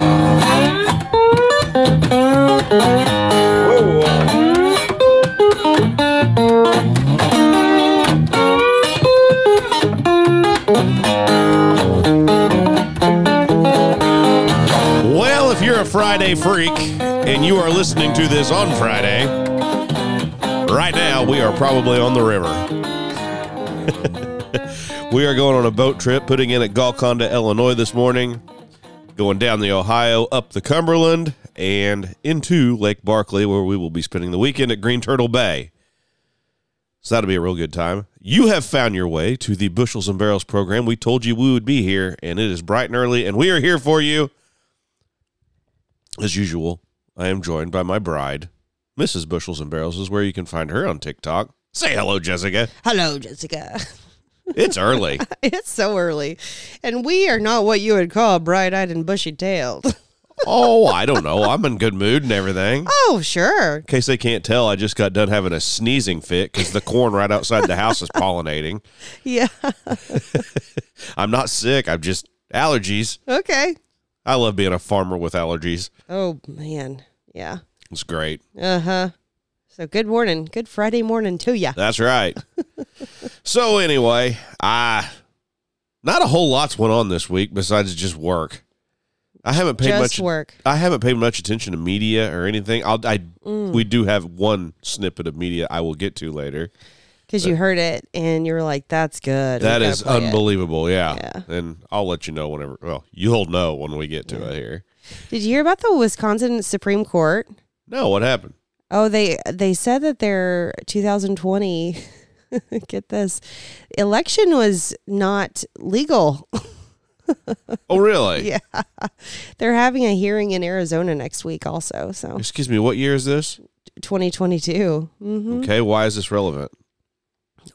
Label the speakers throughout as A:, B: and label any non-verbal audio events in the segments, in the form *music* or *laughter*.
A: Oh,
B: Well, if you're a Friday freak and you are listening to this on Friday, right now we are probably on the river. *laughs* we are going on a boat trip, putting in at Golconda, Illinois this morning, going down the Ohio, up the Cumberland, and into Lake Barkley, where we will be spending the weekend at Green Turtle Bay. So that'll be a real good time. You have found your way to the Bushels and Barrels program. We told you we would be here, and it is bright and early, and we are here for you. As usual, I am joined by my bride, Mrs. Bushels and Barrels, is where you can find her on TikTok. Say hello, Jessica.
A: Hello, Jessica.
B: It's early.
A: *laughs* It's so early, and we are not what you would call bright eyed and bushy tailed.
B: oh, I don't know. I'm in good mood and everything. In
A: *laughs* Oh, sure.
B: case they can't tell, I just got done having a sneezing fit because the corn right outside the house is pollinating.
A: Yeah.
B: I'm not sick. I'm just allergies.
A: Okay.
B: I love being a farmer with allergies.
A: Oh, man. Yeah.
B: It's great.
A: Uh huh. So, good morning. Good Friday morning to ya.
B: That's right. so anyway, I not a whole lot's went on this week besides just work. I haven't paid
A: Just
B: much.
A: work.
B: I haven't paid much attention to media or anything. I'll, I
A: Mm.
B: we do have one snippet of media I will get to later.
A: Because you heard it and you were like, that's good. We
B: That
A: gotta
B: is
A: play it."
B: unbelievable. Yeah.
A: Yeah.
B: and I'll let you know whenever. Well, you'll know when we get to it here.
A: Did you hear about the Wisconsin Supreme Court?
B: No, what happened?
A: Oh, they they said that their 2020 *laughs* get this election was not legal. *laughs*
B: Oh, really?
A: Yeah. They're having a hearing in Arizona next week also. So
B: Excuse me. What year is this?
A: 2022. hmm
B: Okay. Why is this relevant?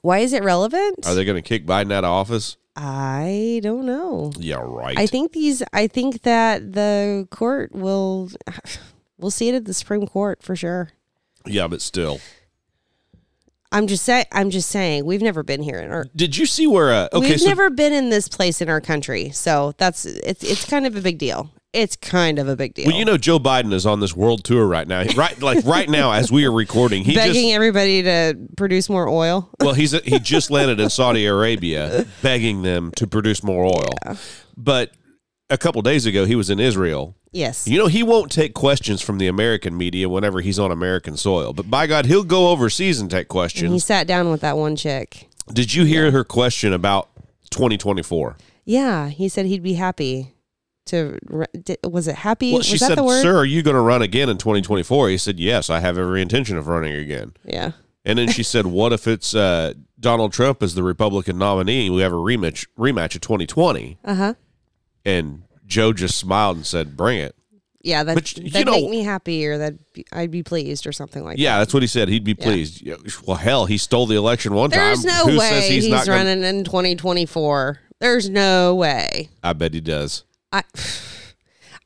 A: Why is it relevant?
B: Are they going to kick Biden out of office?
A: I don't know.
B: Yeah, right.
A: I think these I think that the court will *sighs* we'll see it at the Supreme Court for sure.
B: yeah, but still.
A: I'm just say I'm just saying we've never been here in our
B: Did you see where? Uh, okay,
A: we've
B: so
A: never been in this place in our country. So that's it's it's kind of a big deal. It's kind of a big deal.
B: well, you know, Joe Biden is on this world tour right now. Right, like right now, as we are recording, he
A: begging
B: just
A: everybody to produce more oil.
B: *laughs* well, he's he just landed in Saudi Arabia, begging them to produce more oil. But a couple days ago, he was in Israel.
A: Yes.
B: You know, he won't take questions from the American media whenever he's on American soil. But by God, he'll go overseas and take
A: he
B: questions.
A: sat down with that one chick.
B: Did you hear her question about 2024?
A: Yeah, he said he'd be happy to. re- di- Was it happy?
B: Well,
A: was
B: she
A: that
B: said,
A: the word?
B: "Sir, are you going to run again in 2024?" He said, "Yes, I have every intention of running again."
A: Yeah.
B: And then she said, "What if it's uh, Donald Trump as the Republican nominee? We have a rematch rematch of 2020."
A: Uh huh.
B: And Joe just smiled and said, "Bring it."
A: Yeah, that
B: But, you
A: that
B: know-
A: make me happy, or that I'd be pleased, or something like
B: Yeah, that's what he said. He'd be pleased. Yeah, Well, hell, he stole the election one
A: that. There's
B: time.
A: no
B: Who
A: way
B: says he's,
A: he's,
B: not gonna-
A: running in 2024. There's no way.
B: I bet he does.
A: I. *sighs*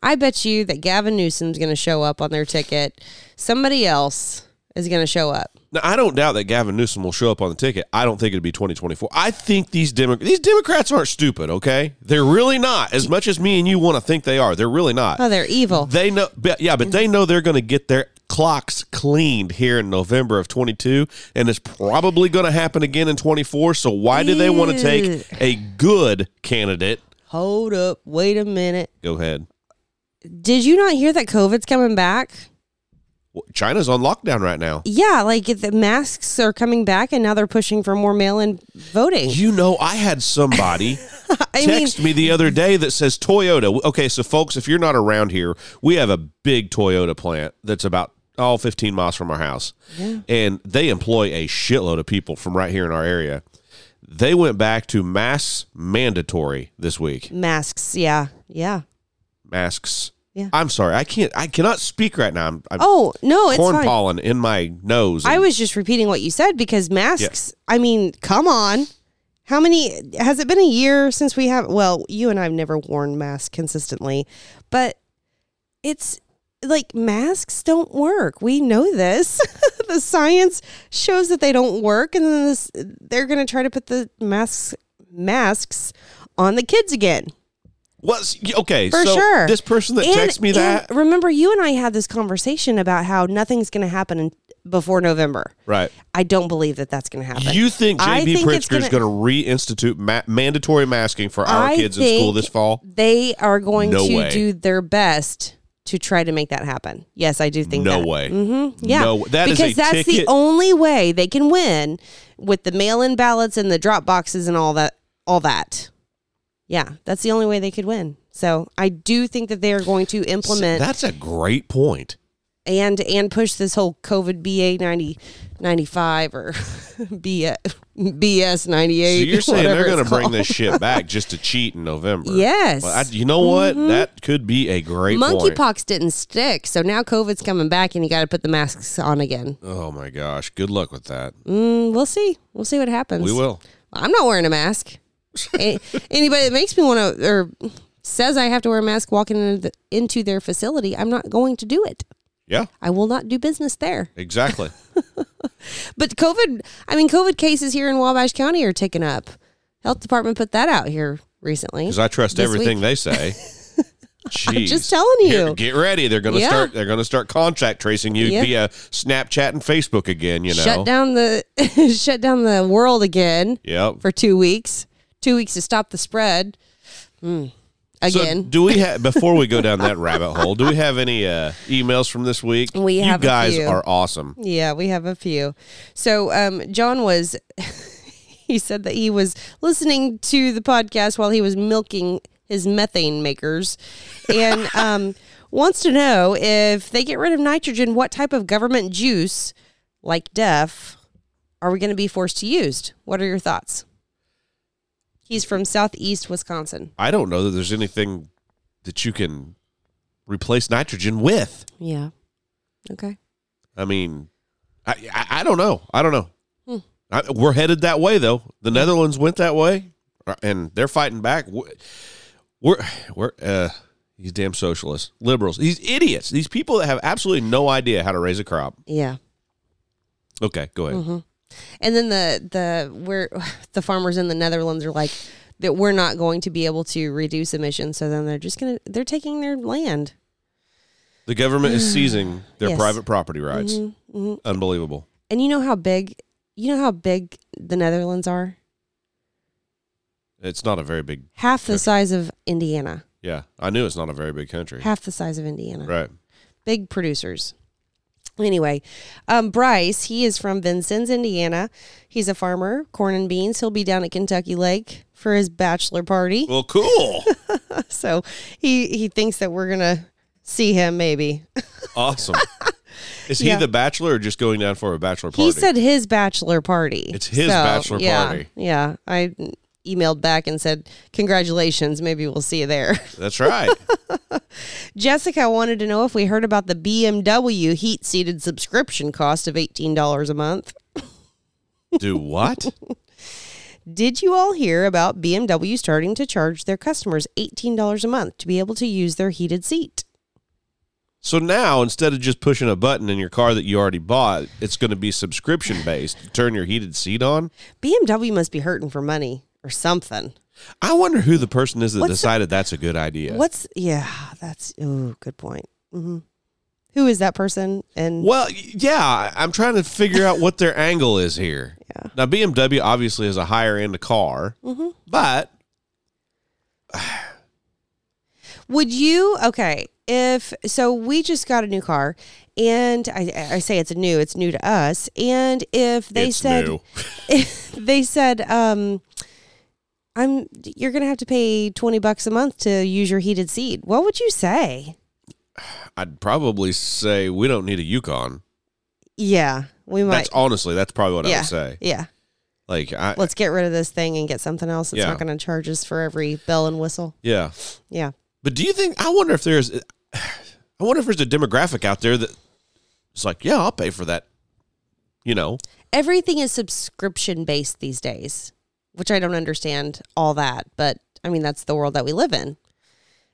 A: I bet you that Gavin Newsom's going to show up on their ticket. Somebody else is going to show up.
B: Now, I don't doubt that Gavin Newsom will show up on the ticket. I don't think it'd be 2024. I think these Demo- these Democrats aren't stupid, okay? They're really not. As much as me and you want to think they are, they're really not.
A: Oh, they're evil.
B: They know, but yeah, but they know they're going to get their clocks cleaned here in November of 22, and it's probably going to happen again in 24. So why do they want to
A: Ew.
B: take a good candidate?
A: Hold up. Wait a minute.
B: Go ahead.
A: Did you not hear that COVID's coming back?
B: Well, China's on lockdown right now.
A: Yeah, like if the masks are coming back, and now they're pushing for more mail-in voting.
B: You know, I had somebody
A: *laughs* I mean,
B: text me the other day that says Toyota. Okay, so folks, if you're not around here, we have a big Toyota plant that's about all 15 miles from our house. And they employ a shitload of people from right here in our area. They went back to masks mandatory this week.
A: masks. Yeah, yeah.
B: Masks.
A: Yeah.
B: I'm sorry. I can't I cannot speak right now. I'm, I'm
A: Oh no, it's
B: corn
A: fine.
B: pollen in my nose.
A: I was just repeating what you said because masks. I mean, come on. How many has it been a year since we have? Well, you and I've never worn masks consistently, but it's like masks don't work. We know this. *laughs* the science shows that they don't work, and then this, they're going to try to put the masks masks on the kids again.
B: What's okay?
A: For
B: so
A: sure.
B: This person that
A: And-
B: texts me
A: and
B: that,
A: remember, you and I had this conversation about how nothing's going to happen in, before November.
B: right?
A: I don't believe that that's going to happen.
B: You think
A: I
B: JB
A: think it's
B: Pritzker is
A: gonna-
B: going to reinstitute ma- mandatory masking for our
A: I
B: kids in school
A: think
B: this fall?
A: They are going
B: No
A: to
B: way.
A: do their best to try to make that happen. Yes, I do think
B: No
A: that.
B: way.
A: Mm-hmm. Yeah.
B: No, that is
A: because
B: a
A: that's the
B: ticket-
A: only way they can win with the mail-in ballots and the drop boxes and all that. All that. Yeah, that's the only way they could win. So I do think that they are going to implement
B: That's a great point.
A: and and push this whole COVID BA 90, 95 or *laughs* BS, BS ninety
B: So
A: eight.
B: you're saying they're going to bring
A: the
B: this shit
A: *laughs*
B: back just to cheat in November?
A: Yes. Mm-hmm.
B: Well, I, you know what? That could be a great point.
A: monkeypox didn't stick, so now COVID's coming back, and you got to put the masks on again.
B: Oh my gosh! Good luck with that.
A: Mm, we'll see. We'll see what happens.
B: We will.
A: I'm not wearing a mask. A- Anybody that makes me want to or says I have to wear a mask walking into, the, into their facility, I'm not going to do it.
B: Yeah,
A: I will not do business there. *laughs*
B: exactly.
A: But COVID, I mean, COVID cases here in Wabash County are ticking up. Health department put that out here recently.
B: Because I trust
A: This
B: everything
A: week. *laughs*
B: they say. Jeez.
A: just telling
B: Here,
A: you.
B: get ready. They're going to
A: Yeah.
B: start. They're going to start contact tracing you
A: Yep.
B: via Snapchat and Facebook again. You know.
A: Shut down the *laughs* shut down the world again
B: Yep.
A: for two weeks. Two weeks to stop the spread. Mm.
B: So
A: Again,
B: do we
A: *laughs*
B: have before we go down that rabbit hole? Do we have any uh, emails from this week?
A: We
B: you
A: have a
B: guys
A: few.
B: are awesome.
A: Yeah, we have a few. So, um, John was, *laughs* he said that he was listening to the podcast while he was milking his methane makers *laughs* and um, wants to know if they get rid of nitrogen, what type of government juice, like DEF, are we going to be forced to use? What are your thoughts? He's from Southeast Wisconsin.
B: I don't know that there's anything that you can replace nitrogen with.
A: Yeah. Okay.
B: I mean, I I, I don't know. I don't know.
A: Hmm.
B: I, we're headed that way though. The Netherlands went that way, uh, and they're fighting back. We're we're, we're uh, these damn socialists, liberals, these idiots, these people that have absolutely no idea how to raise a crop.
A: Yeah.
B: Okay, go ahead.
A: Mm-hmm. And then the the we're *sighs* the farmers in the Netherlands are like that we're not going to be able to reduce emissions, so then they're just gonna they're taking their land.
B: The government is seizing their
A: Mm. Yes. Mm-hmm.
B: private property rights. Unbelievable.
A: And you know how big you know how big the Netherlands are?
B: It's not a very big.
A: Half the
B: Country.
A: size of Indiana.
B: Yeah, I knew it's not a very big country.
A: Half the size of Indiana.
B: Right.
A: Big producers. Anyway, um, Bryce, he is from Vincennes, Indiana. He's a farmer, corn and beans. He'll be down at Kentucky Lake for his bachelor party. *laughs*
B: Well, cool.
A: So he he thinks that we're gonna see him maybe.
B: Awesome. Is he
A: Yeah.
B: the bachelor or just going down for a bachelor party?
A: He said his bachelor party.
B: It's his bachelor
A: yeah,
B: party.
A: Yeah. I emailed back and said, Congratulations. Maybe we'll see you there. *laughs*
B: That's right.
A: Jessica wanted to know if we heard about the BMW heat seated subscription cost of $18 a month.
B: Do what?
A: Did you all hear about BMW starting to charge their customers $18 a month to be able to use their heated seat?
B: So now instead of just pushing a button in your car that you already bought, it's going to be subscription based. Turn your heated seat on.
A: BMW must be hurting for money or something.
B: I wonder who the person is that
A: What's the-
B: decided that's a good idea.
A: What's, yeah, that's, ooh, good point. hmm Who is that person? And
B: Well, y- yeah, I- I'm trying to figure out what their angle is here.
A: *laughs* Yeah. Mm-hmm.
B: Now BMW obviously is a higher end car, but
A: Would you okay if so? We just got a new car, and I, I say it's new. It's new to us. And if they
B: it's
A: said
B: new.
A: *laughs* they said um, I'm you're gonna have to pay twenty bucks a month to use your heated seat. What would you say?
B: I'd probably say we don't need a Yukon.
A: Yeah, we might.
B: That's honestly, that's probably what I
A: yeah,
B: would say.
A: yeah.
B: Like I
A: Let's get rid of this thing and get something else that's
B: Yeah.
A: not going to charge us for every bell and whistle.
B: yeah.
A: Yeah.
B: But do you think? I wonder if there's. I wonder if there's a demographic out there that it's like, yeah, I'll pay for that. You
A: *laughs*
B: know,
A: everything is subscription based these days, which I don't understand all that, but I mean that's the world that we live in.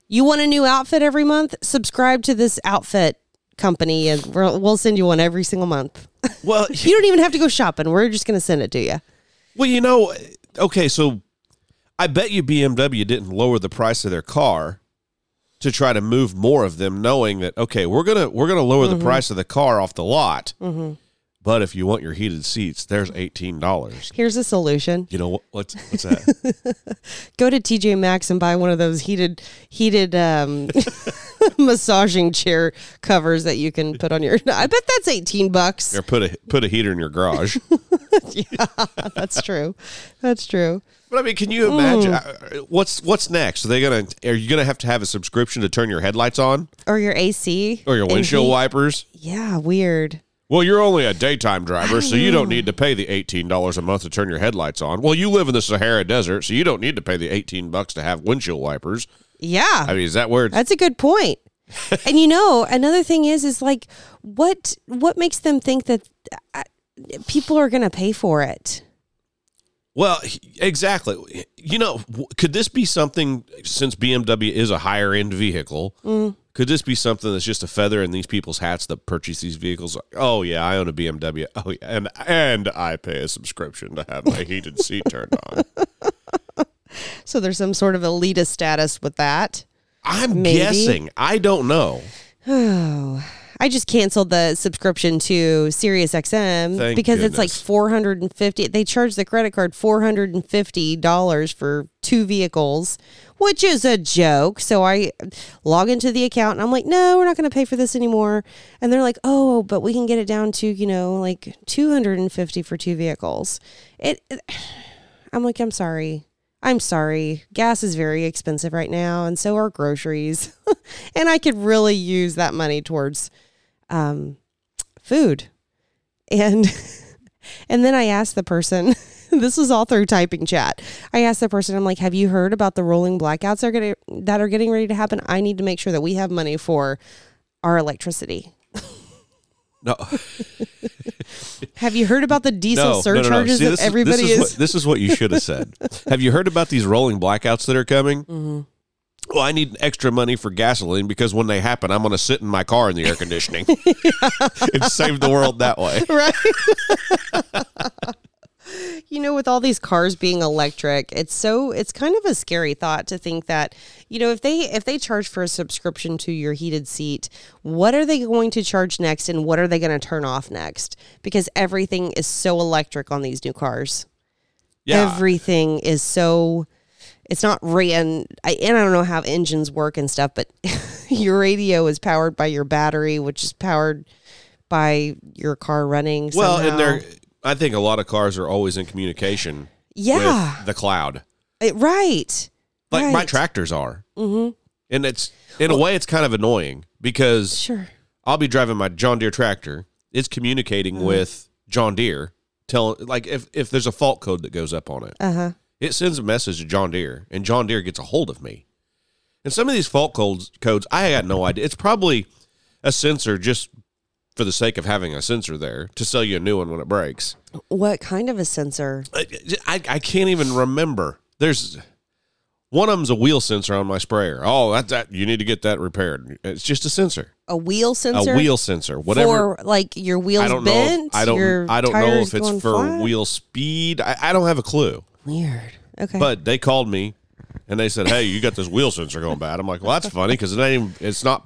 A: You want a new outfit every month? Subscribe to this outfit company and we'll, we'll send you one every single month.
B: well,
A: You don't even have to go shopping. We're just going to send it to you.
B: well, you know, okay, so I bet you BMW didn't lower the price of their car to try to move more of them, knowing that okay, we're gonna we're gonna lower the price of the car off the lot. But if you want your heated seats, there's eighteen dollars.
A: Here's a solution.
B: You know what, what's what's *laughs* that?
A: Go to TJ Maxx and buy one of those heated heated um, *laughs* massaging chair covers that you can put on your I bet that's 18 bucks.
B: or put a put a heater in your garage.
A: *laughs* That's true. That's true.
B: *laughs* But I mean, can you imagine I- I- what's what's next? Are they gonna are you gonna have to have a subscription to turn your headlights on
A: Or your AC
B: or your
A: and
B: windshield
A: heat.
B: wipers?
A: Yeah, weird.
B: Well, you're only a daytime driver, so you don't need to pay the eighteen dollars a month to turn your headlights on. Well, you live in the Sahara Desert, so you don't need to pay the eighteen bucks to have windshield wipers.
A: Yeah.
B: I mean, is that where? It's,
A: That's a good
B: *laughs*
A: point. and you know, another thing is is like what what makes them think that uh, people are going to pay for it?
B: well, he- exactly. You know, w- could this be something? Since BMW is a higher end vehicle,
A: Mm.
B: could this be something that's just a feather in these people's hats that purchase these vehicles? Oh yeah, I own a BMW. Oh yeah, and and I pay a subscription to have my heated seat turned
A: *laughs*
B: on.
A: So there's some sort of elitist status with that.
B: I'm
A: Maybe.
B: guessing. I don't know.
A: Oh, I just canceled the subscription to SiriusXM
B: Thank
A: because it's like
B: goodness.
A: 450 they charge the credit card $450 for two vehicles, which is a joke. So I log into the account and I'm like, "No, we're not going to pay for this anymore." And they're like, "Oh, but we can get it down to, you know, like 250 for two vehicles." It *sighs* I'm like, "I'm sorry." I'm sorry, gas is very expensive right now, and so are groceries. *laughs* and I could really use that money towards um, food. And *laughs* and then I asked the person, *laughs* this was all through typing chat. I asked the person, I'm like, have you heard about the rolling blackouts that are gonna, that are getting ready to happen? I need to make sure that we have money for our electricity.
B: No.
A: Have you heard about the diesel surcharges
B: See, this
A: that everybody
B: this
A: is?
B: What, this is what you should
A: *laughs*
B: have said. have you heard about these rolling blackouts that are coming? Mm-hmm. Well, I need extra money for gasoline because when they happen, I'm going to sit in my car in the
A: *laughs*
B: air conditioning *laughs* and save the world that way.
A: right? you know, with all these cars being electric, it's so it's kind of a scary thought to think that you know if they if they charge for a subscription to your heated seat, what are they going to charge next, and what are they going to turn off next? Because everything is so electric on these new cars.
B: Yeah.
A: Everything is so. It's not ran, I, and I don't know how engines work and stuff, but *laughs* your radio is powered by your battery, which is powered by your car running.
B: well,
A: somehow.
B: and they're. I think a lot of cars are always in communication
A: yeah,
B: with the cloud,
A: It- right.
B: like my
A: Right.
B: tractors are. Mm-hmm. And it's in a way, it's kind of annoying because
A: Sure.
B: I'll be driving my John Deere tractor. It's communicating
A: Mm-hmm.
B: with John Deere, tell like if if there's a fault code that goes up on it,
A: Uh huh.
B: it sends a message to John Deere, and John Deere gets a hold of me. And some of these fault codes codes, I got no idea. It's probably a sensor just for the sake of having a sensor there to sell you a new one when it breaks.
A: What kind of a sensor?
B: I, I, I can't even remember. There's one of them's a wheel sensor on my sprayer. Oh, that, that you need to get that repaired. It's just a sensor,
A: A wheel sensor?
B: a wheel sensor, whatever.
A: For like your wheels
B: I don't know.
A: bent?
B: If, I don't.
A: your
B: I don't know
A: tires
B: if it's
A: going
B: for
A: flat?
B: wheel speed. I, I don't have a clue.
A: Weird. Okay.
B: But they called me, and they said, "Hey, you got this wheel sensor going bad." I'm like, "Well, that's funny because it ain't. Even, it's not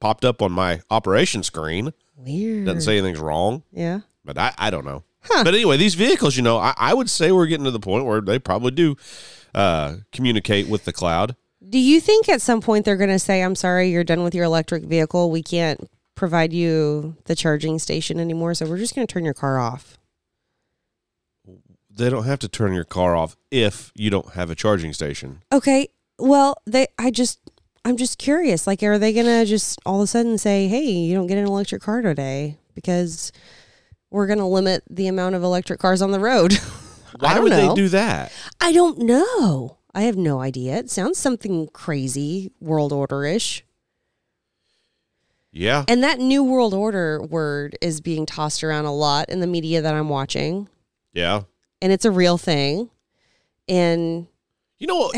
B: popped up on my operation screen.
A: Weird.
B: Doesn't say anything's wrong."
A: yeah.
B: But I, I don't know. But anyway, these vehicles, you know, I, I would say we're getting to the point where they probably do uh, communicate with the cloud.
A: Do you think at some point they're going to say, I'm sorry, you're done with your electric vehicle. We can't provide you the charging station anymore. So we're just going to turn your car off.
B: They don't have to turn your car off if you don't have a charging station.
A: Okay. Well, they, I just, I'm just curious. Like, are they going to just all of a sudden say, hey, you don't get an electric car today because we're going to limit the amount of electric cars on the road? *laughs* I
B: Why
A: don't
B: would
A: know.
B: they do that?
A: I don't know. I have no idea. It sounds something crazy, world order ish.
B: Yeah.
A: And that new world order word is being tossed around a lot in the media that I'm watching.
B: Yeah.
A: And it's a real thing. And
B: You know what?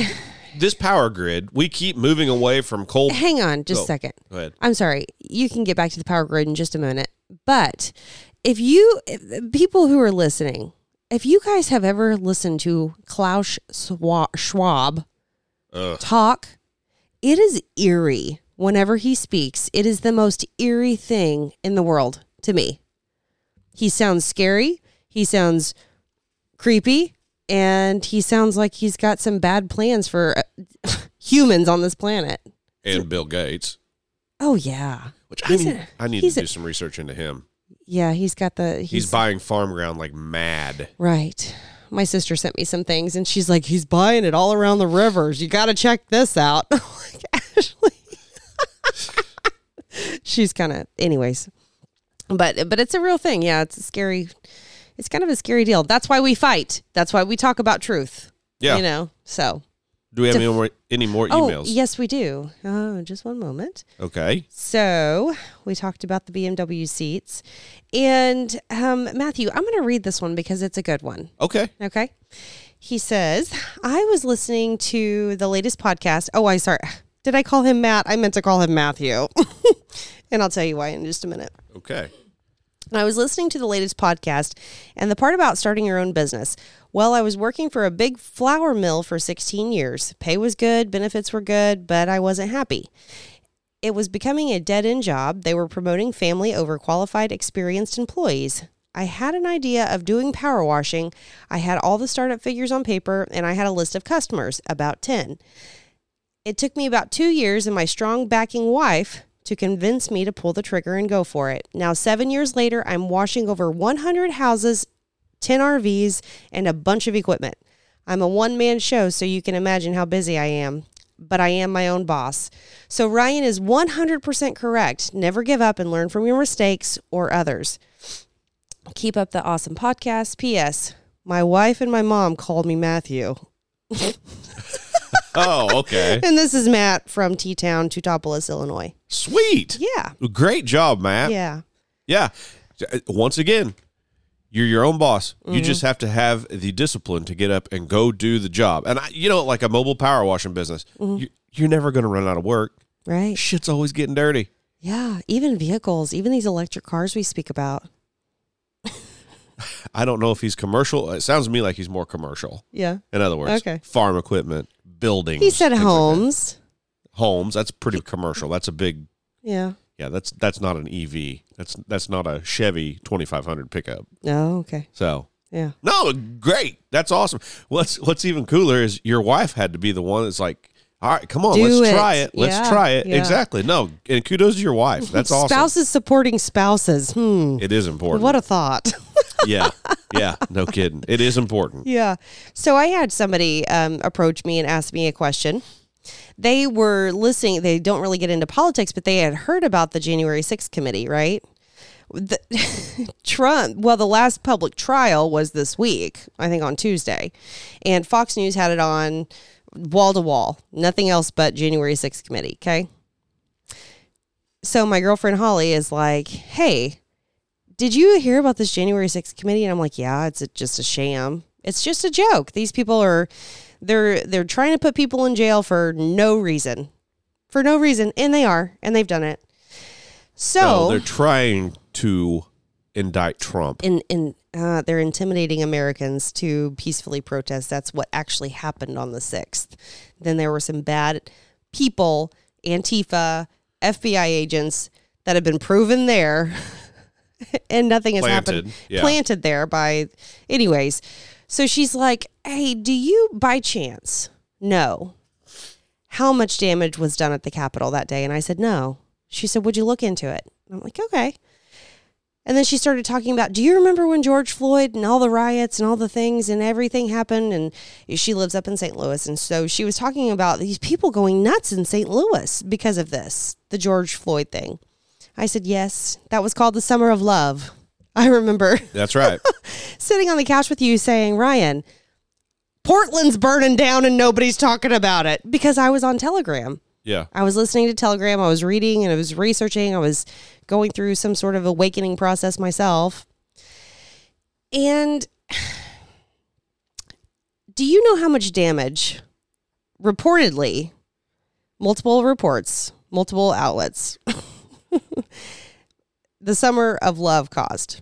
B: this power grid, we keep moving away from
A: *laughs*
B: coal.
A: hang on just a
B: Oh.
A: second.
B: Go ahead.
A: I'm sorry. You can get back to the power grid in just a minute. But if you, if- people who are listening, if you guys have ever listened to Klaus Schwa- Schwab
B: Ugh.
A: talk, it is eerie whenever he speaks. It is the most eerie thing in the world to me. He sounds scary, he sounds creepy, and he sounds like he's got some bad plans for uh, *laughs* humans on this planet.
B: and Bill Gates,
A: Oh, yeah.
B: which I
A: He's
B: need,
A: a-
B: I need
A: he's
B: to
A: a-
B: do some research into him.
A: Yeah, he's got the.
B: He's, buying farm ground like mad.
A: Right. My sister sent me some things and she's like, he's buying it all around the rivers. You got to check this out. *laughs* I'm like, Ashley. *laughs* she's kind of, anyways. But but it's a real thing. Yeah, it's a scary. It's kind of a scary deal. That's why we fight. That's why we talk about truth.
B: Yeah.
A: You know. So.
B: do we have
A: to-
B: any more any more
A: Oh,
B: emails?
A: yes, we do. Oh, just one moment.
B: Okay.
A: So we talked about the BMW seats, and um, Matthew, I'm going to read this one because it's a good one.
B: Okay.
A: Okay. He says, I was listening to the latest podcast. Oh, I sorry. Did I call him Matt? I meant to call him Matthew. *laughs* and I'll tell you why in just a minute.
B: Okay.
A: I was listening to the latest podcast and the part about starting your own business. Well, I was working for a big flour mill for 16 years. Pay was good, benefits were good, but I wasn't happy. It was becoming a dead end job. They were promoting family over qualified, experienced employees. I had an idea of doing power washing. I had all the startup figures on paper and I had a list of customers, about 10. It took me about two years and my strong backing wife to convince me to pull the trigger and go for it. Now, seven years later, I'm washing over 100 houses, 10 RVs, and a bunch of equipment. I'm a one man show, so you can imagine how busy I am, but I am my own boss. So, Ryan is 100% correct. Never give up and learn from your mistakes or others. Keep up the awesome podcast. P.S. My wife and my mom called me Matthew.
B: Oh, okay.
A: And this is Matt from T Town, Tutopolis, Illinois.
B: Sweet.
A: Yeah.
B: Great job, Matt.
A: Yeah.
B: Yeah. Uh, Once again, you're your own boss.
A: Mm-hmm.
B: You just have to have the discipline to get up and go do the job. And I, you know, like a mobile power washing business,
A: Mm-hmm.
B: you, you're never going to run out of work.
A: Right.
B: Shit's always getting dirty.
A: Yeah. Even vehicles, even these electric cars we speak about.
B: I don't know if he's commercial. It sounds to me like he's more commercial.
A: Yeah. Oh,
B: In other words,
A: Okay.
B: farm equipment, buildings.
A: He said
B: things like that.
A: homes.
B: Homes. That's pretty commercial. That's a big.
A: yeah.
B: Yeah, that's that's not an EV. That's that's not a Chevy 2500 pickup.
A: Oh, okay.
B: So
A: Yeah.
B: No, great. That's awesome. What's what's even cooler is your wife had to be the one that's like, all right, come on,
A: Do
B: let's
A: it.
B: try it. Let's
A: Yeah,
B: try it.
A: yeah.
B: Exactly. No, and kudos to
A: *laughs*
B: your wife. That's awesome.
A: Spouses supporting spouses. Hmm.
B: It is important.
A: What a thought. *laughs*
B: yeah. Yeah. No kidding. It is important.
A: yeah. So I had somebody um, approach me and ask me a question. They were listening. They don't really get into politics, but they had heard about the January 6th committee, right? The, *laughs* Trump, well, the last public trial was this week, I think on Tuesday. And Fox News had it on wall to wall, nothing else but January 6th committee. Okay. So my girlfriend Holly is like, hey, did you hear about this January 6th committee? And I'm like, yeah, it's a, just a sham. It's just a joke. These people are they're they're trying to put people in jail for no reason. For no reason, and they are, and they've done it.
B: No,
A: So
B: they're trying to indict Trump.
A: in in uh, they're intimidating Americans to peacefully protest. That's what actually happened on the sixth. Then there were some bad people, Antifa, FBI agents that have been proven there, and nothing has happened.
B: Planted, yeah.
A: Planted there by, anyways. So she's like, "Hey, do you by chance know how much damage was done at the Capitol that day?" And I said, "No." She said, "Would you look into it?" And I'm like, "Okay." And then she started talking about, do you remember when George Floyd and all the riots and all the things and everything happened? And she lives up in St. Louis. And so she was talking about these people going nuts in St. Louis because of this, the George Floyd thing. I said, yes, that was called the Summer of Love. *laughs* I remember *laughs*
B: That's right.
A: sitting on the couch with you saying, Ryan, Portland's burning down and nobody's talking about it because I was on Telegram.
B: Yeah.
A: I was listening to Telegram. I was reading and I was researching. I was going through some sort of awakening process myself. And *sighs* do you know how much damage reportedly multiple reports, multiple outlets *laughs* the summer of love caused?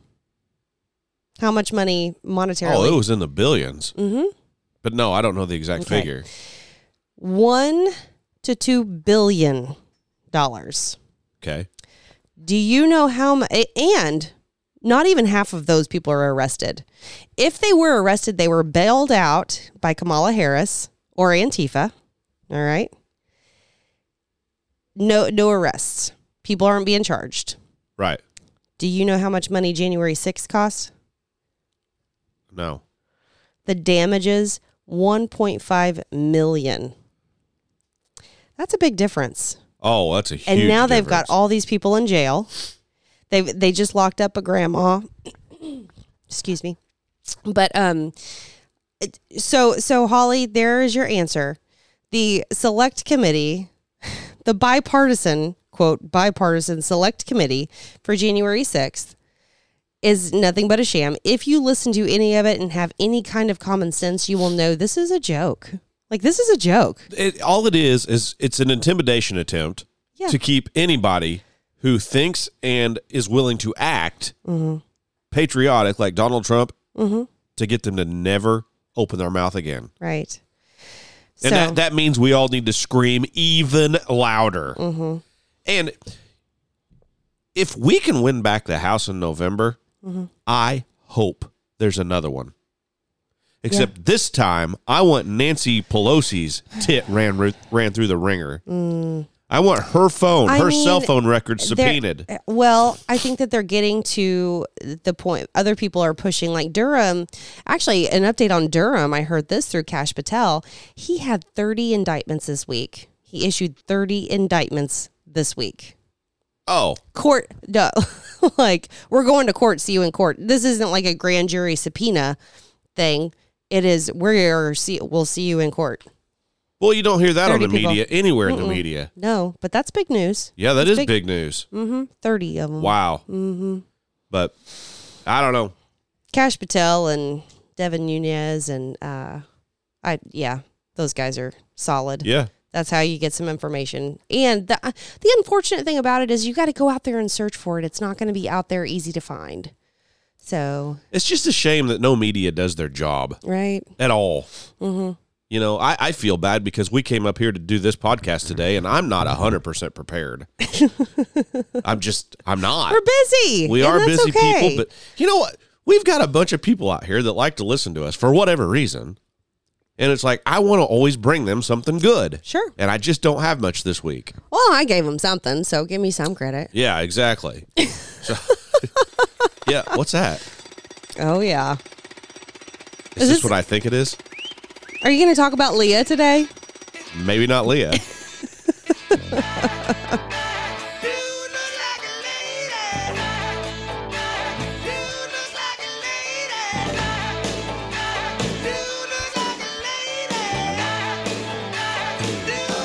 A: How much money monetarily?
B: Oh, it was in the 1000000000s
A: Mhm.
B: But no, I don't know the exact
A: Okay.
B: figure.
A: One to two billion dollars.
B: Okay.
A: Do you know how much? And not even half of those people are arrested. If they were arrested, they were bailed out by Kamala Harris or Antifa. All right. No, no arrests. People aren't being charged.
B: Right.
A: Do you know how much money January 6th cost?
B: No.
A: The damages 1.5 million. That's a big difference.
B: Oh, that's a huge
A: and now they've got
B: difference.
A: all these people in jail. They they just locked up a grandma. Excuse me, but um, it- so so Holly, there is your answer. The select committee, the bipartisan quote bipartisan select committee for January sixth is nothing but a sham. If you listen to any of it and have any kind of common sense, you will know this is a joke. Like this is a joke.
B: it, all it is is it's an intimidation attempt
A: Yeah.
B: to keep anybody who thinks and is willing to act patriotic like Donald Trump to get them to never open their mouth again.
A: Right.
B: And that, that means we all need to scream even louder.
A: Mm-hmm.
B: And if we can win back the House in November,
A: Mm-hmm.
B: I hope there's another one. Except this time, I want Nancy Pelosi's tit ran ru- ran through the ringer. I want her phone,
A: Mm. I
B: her cell
A: mean,
B: phone record
A: They're-
B: subpoenaed.
A: uh, Well, I think that they're getting to the point. Other people are pushing, like Durham. Actually, an update on Durham. I heard this through Cash Patel. He had 30 indictments this week. He issued 30 indictments this week.
B: Oh,
A: Court, no, *laughs* like we're going to court. See you in court. This isn't like a grand jury subpoena thing. It is we're see we'll see you in court.
B: well, you don't hear that on
A: 30
B: the
A: people.
B: media anywhere in the media.
A: No, but that's big news.
B: Yeah, that is
A: big.
B: big. news.
A: Mm-hmm. 30 of them.
B: Wow. But I don't know.
A: Cash Patel and Devin Nunez and uh, I yeah, those guys are solid.
B: Yeah.
A: That's how you get some information. And the uh, the unfortunate thing about it is you got to go out there and search for it. It's not going to be out there easy to find. So
B: It's just a shame that no media does their job
A: right,
B: at all.
A: Mm-hmm.
B: You know, I, I feel bad because we came up here to do this podcast today, and I'm not
A: *laughs*
B: 100% prepared. I'm just, I'm not.
A: we're busy.
B: We
A: and
B: are
A: that's
B: busy
A: okay.
B: people, but you know what? We've got a bunch of people out here that like to listen to us for whatever reason. And it's like, I want to always bring them something good.
A: Sure.
B: And I just don't have much this week.
A: well, I gave them something, so give me some credit.
B: Yeah,
A: *laughs*
B: exactly. so, *laughs* yeah, what's that?
A: Oh yeah.
B: Is,
A: Is
B: this,
A: this-
B: what I think it is?
A: Are you going to talk about Leah today?
B: Maybe not Leah.
C: You look like a lady. You look like a lady. You look like a lady. You look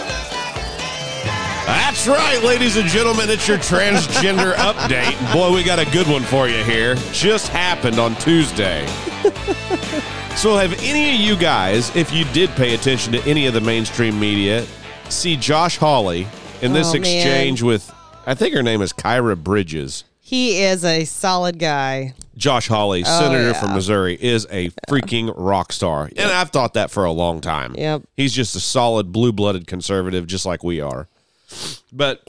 C: like a lady.
B: That's right, ladies and gentlemen. It's
A: *laughs*
B: your transgender update. Boy, we got a good one for you here. Just happened on
A: *laughs*
B: Tuesday. so, have any of you guys, if you did pay attention to any of the mainstream media, see Josh Hawley in this
A: Oh, man.
B: exchange with, I think her name is Kyra Bridges.
A: He is a solid guy.
B: Josh Hawley, senator
A: Oh, yeah.
B: from Missouri, is a freaking rock star. And I've thought that for a long time.
A: Yep.
B: He's just a solid blue blooded conservative, just like we are. But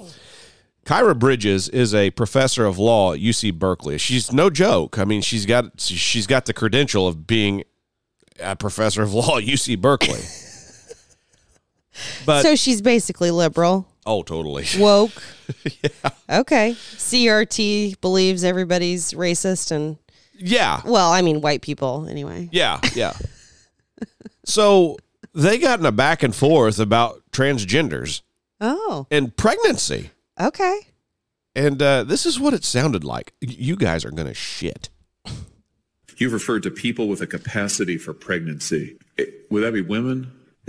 B: Kyra Bridges is a professor of law at UC Berkeley. She's no joke. I mean, she's got she's got the credential of being a professor of law at
A: *laughs*
B: UC Berkeley. but
A: so she's basically liberal.
B: oh, totally.
A: woke. Okay. CRT believes everybody's racist and
B: Yeah.
A: well, I mean white people anyway.
B: Yeah, yeah. so they got in a back and forth about transgenders
A: Oh,
B: and pregnancy.
A: okay.
B: And uh, this is what it sounded like. Y- You guys are going to shit.
D: You've referred to people with a capacity for pregnancy. It- would that be women?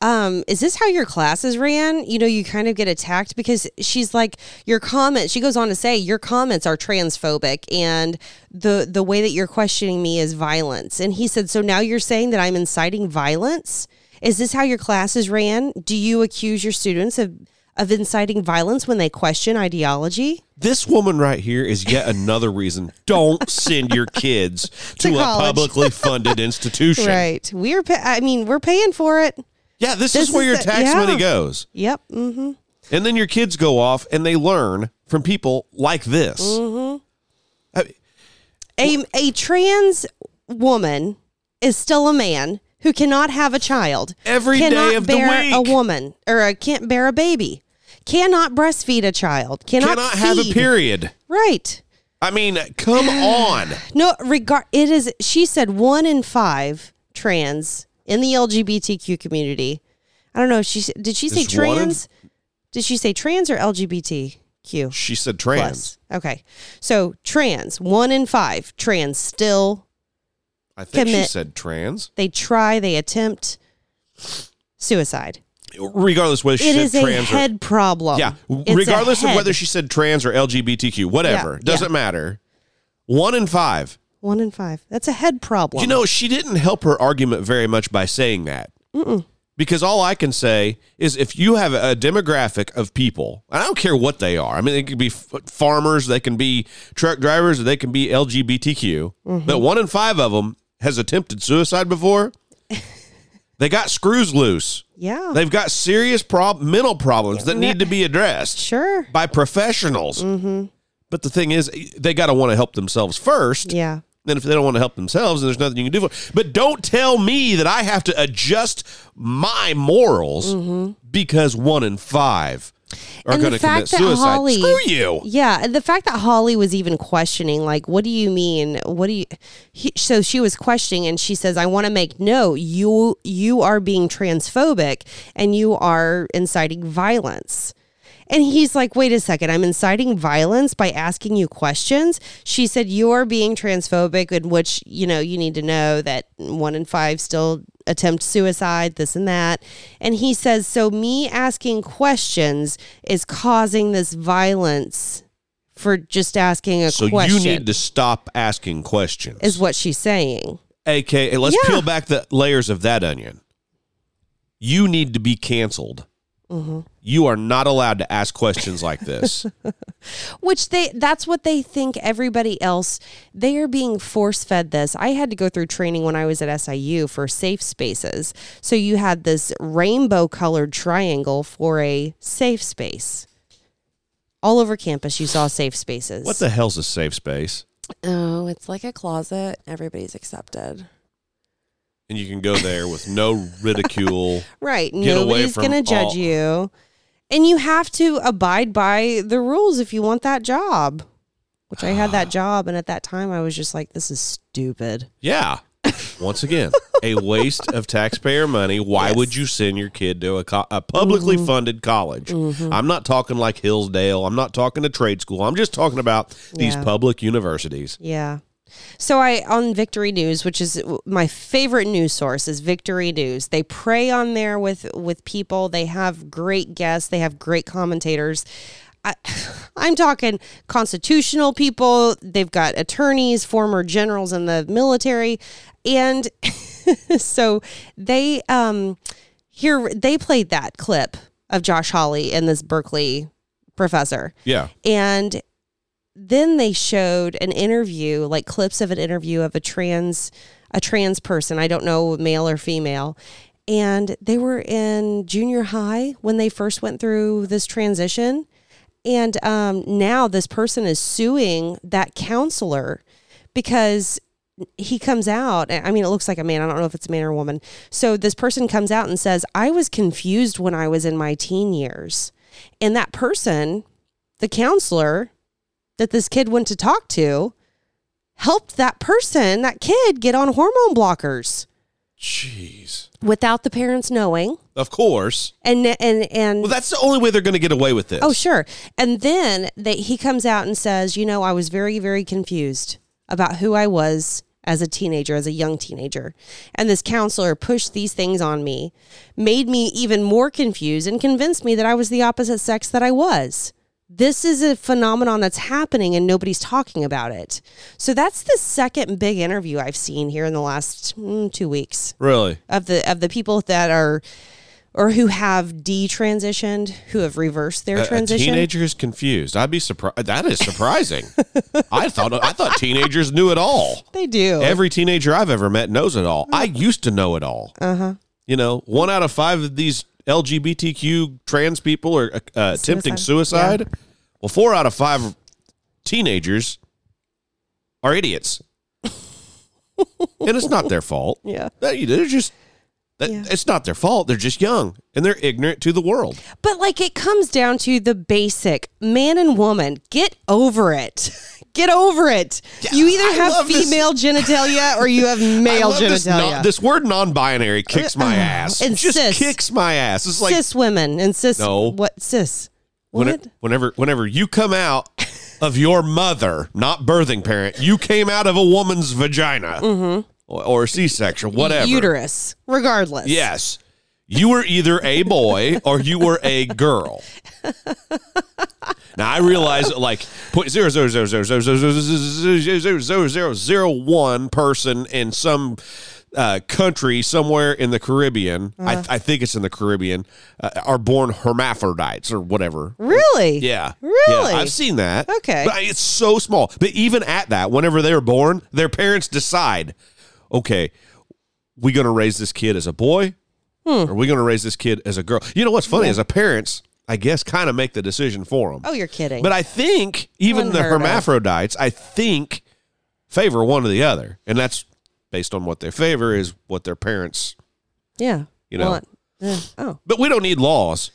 A: um, is this how your classes ran? You know, you kind of get attacked because she's like, your comments, she goes on to say, your comments are transphobic and the the way that you're questioning me is violence. And he said, So now you're saying that I'm inciting violence? Is this how your classes ran? Do you accuse your students of of inciting violence when they question ideology?
B: This woman right here is yet another reason don't send your kids
A: *laughs*
B: to,
A: To
B: a
A: college. *laughs*
B: publicly funded institution.
A: Right. We're pa- I mean, we're paying for it.
B: Yeah, this,
A: This
B: is where
A: is
B: your
A: the-
B: tax
A: yeah.
B: money goes.
A: Yep. Mhm.
B: And then your kids go off and they learn from people like this.
A: Mm-hmm.
B: I-
A: a, a trans woman is still a man who cannot have a child
B: Every day
A: cannot
B: of the
A: bear
B: week.
A: a woman or a, can't bear a baby cannot breastfeed a child cannot,
B: cannot have a
A: feed.
B: period.
A: right
B: I mean,
A: *sighs*
B: come on.
A: no regard it is she said one in five trans in the lgbtq community i don't know if she s- did she say
B: Just one in-
A: trans did she say trans or lgbtq
B: She said trans.
A: plus okay so trans one in five trans still
B: I think she
A: Commit.
B: said trans.
A: they try, they attempt suicide.
B: Regardless whether she
A: It
B: said
A: is a
B: trans
A: head
B: or
A: problem.
B: yeah,
A: It's a
B: regardless of
A: head.
B: whether she said trans or LGBTQ, whatever
A: Yeah,
B: doesn't matter. One in five.
A: one in five, that's a head problem.
B: You know, she didn't help her argument very much by saying that. Because all I can say is if you have a demographic of people, and I don't care what they are. I mean, it could be f- farmers, they can be truck drivers, or they can be LGBTQ.
A: Mm-hmm.
B: But one in five of them has attempted
A: *laughs*
B: suicide before. they got screws loose.
A: yeah,
B: They've got serious prob- mental problems that need to be
A: *laughs*
B: addressed
A: sure,
B: by professionals.
A: Mm-hmm.
B: But the thing is, they got to want to help themselves first.
A: yeah,
B: Then if they don't want to help themselves, then there's nothing you can do for it. But don't tell me that I have to adjust my morals because one in five are
A: Mm-hmm. And the
B: going to commit
A: fact that
B: suicide.
A: Holly-
B: Screw you.
A: yeah. And the fact that Holly was even questioning, like, what do you mean? What do you? He, so she was questioning, and she says, "I want to make no. You you are being transphobic, and you are inciting violence." And he's like, wait a second, I'm inciting violence by asking you questions. She said, You're being transphobic, in which, you know, you need to know that one in five still attempt suicide, this and that. And he says, So me asking questions is causing this violence for just asking a
B: So
A: question.
B: you need to stop asking questions.
A: is what she's saying.
B: AKA, let's
A: Yeah.
B: peel back the layers of that onion. You need to be canceled.
A: Mm-hmm.
B: You are not allowed to ask questions
A: *laughs*
B: like this.
A: which they that's what they think everybody else they are being force fed this i had to go through training when i was at siu for safe spaces so you had this rainbow colored triangle for a safe space all over campus you saw safe spaces
B: what the hell's a safe space?
E: Oh, it's like a closet. Everybody's accepted.
B: And you can go there with no
A: *laughs*
B: ridicule.
A: right
B: Get away
A: nobody's
B: from
A: gonna judge
B: all-
A: you and you have to abide by the rules if you want that job which i had
B: *sighs*
A: that job and at that time i was just like this is stupid
B: Yeah. Once again, a waste of taxpayer money. Why would you send your kid to a, co- a publicly
A: Mm-hmm.
B: funded college? I'm not talking like Hillsdale. I'm not talking a trade school. I'm just talking about these
A: Yeah.
B: public universities.
A: Yeah. So I on Victory News, which is my favorite news source, is Victory News. They prey on there with with people. They have great guests. They have great commentators. I, *sighs* I'm talking constitutional people. They've got attorneys, former generals in the military, and *laughs* so they um here they played that clip of Josh Hawley in this Berkeley professor.
B: Yeah.
A: And then they showed an interview, like clips of an interview of a trans a trans person, I don't know male or female. And they were in junior high when they first went through this transition. And um, now this person is suing that counselor because he comes out. I mean, it looks like a man. I don't know if it's a man or a woman. So this person comes out and says, I was confused when I was in my teen years. And that person, the counselor that this kid went to talk to, helped that person, that kid, get on hormone blockers
B: Jeez.
A: without the parents knowing.
B: Of course.
A: And, and, and,
B: Well, that's the only way they're going to get away with this.
A: Oh, sure. And then they, he comes out and says, You know, I was very, very confused about who I was as a teenager, as a young teenager. And this counselor pushed these things on me, made me even more confused, and convinced me that I was the opposite sex that I was. This is a phenomenon that's happening and nobody's talking about it. So that's the second big interview I've seen here in the last mm, two weeks
B: Really?
A: of the of the people that are or who have detransitioned, who have reversed their
B: A-
A: transition.
B: A teenager is confused. I'd be surprised. That is surprising. *laughs* I thought I thought teenagers knew it all.
A: They do.
B: Every teenager I've ever met knows it all. I used to know it all. Uh
A: Uh-huh.
B: huh. You know, one out of five of these LGBTQ trans people are uh, uh, attempting
A: Suicide.
B: suicide. Well, four out of five teenagers are idiots, and it's not their fault.
A: *laughs* Yeah.
B: They- They're just. that-
A: Yeah.
B: It's not their fault. They're just young and they're ignorant to the world.
A: but like it comes down to the basic man and woman. Get over it. *laughs* Get over it. you either
B: I
A: have
B: love this-
A: female genitalia or you have
B: *laughs* I
A: male
B: love
A: genitalia.
B: this, non- this word non-binary
A: *clears throat*
B: kicks my ass.
A: and
B: It just
A: cis.
B: kicks my ass. It's like
A: cis women and cis
B: No.
A: what cis. What?
B: when- whenever whenever you come out of your mother, not birthing parent, you came out of a woman's vagina or, or a C-section, whatever.
A: Mm-hmm. Uterus. Regardless.
B: Yes. You were either a boy or you were a girl. Now I realize that like point zero zero zero zero zero zero zero zero zero zero zero zero zero one person in some uh, country somewhere in the Caribbean,
A: Uh-huh.
B: I, I think it's in the Caribbean, uh, are born hermaphrodites or whatever.
A: Really?
B: Yeah.
A: Really?
B: Yeah, I've seen that.
A: Okay.
B: But it's so small. But even at that, whenever they were born, their parents decide, okay, we going to raise this kid as a boy
A: Hmm.
B: or we going to raise this kid as a girl. You know what's funny is the parents, I guess, kind of make the decision for them.
A: Oh, you're kidding.
B: But I think even the
A: Unheard of.
B: hermaphrodites, I think, favor one or the other. And that's based on what they favor is what their parents,
A: yeah.
B: you know.
A: Well, yeah. Oh.
B: But we don't need laws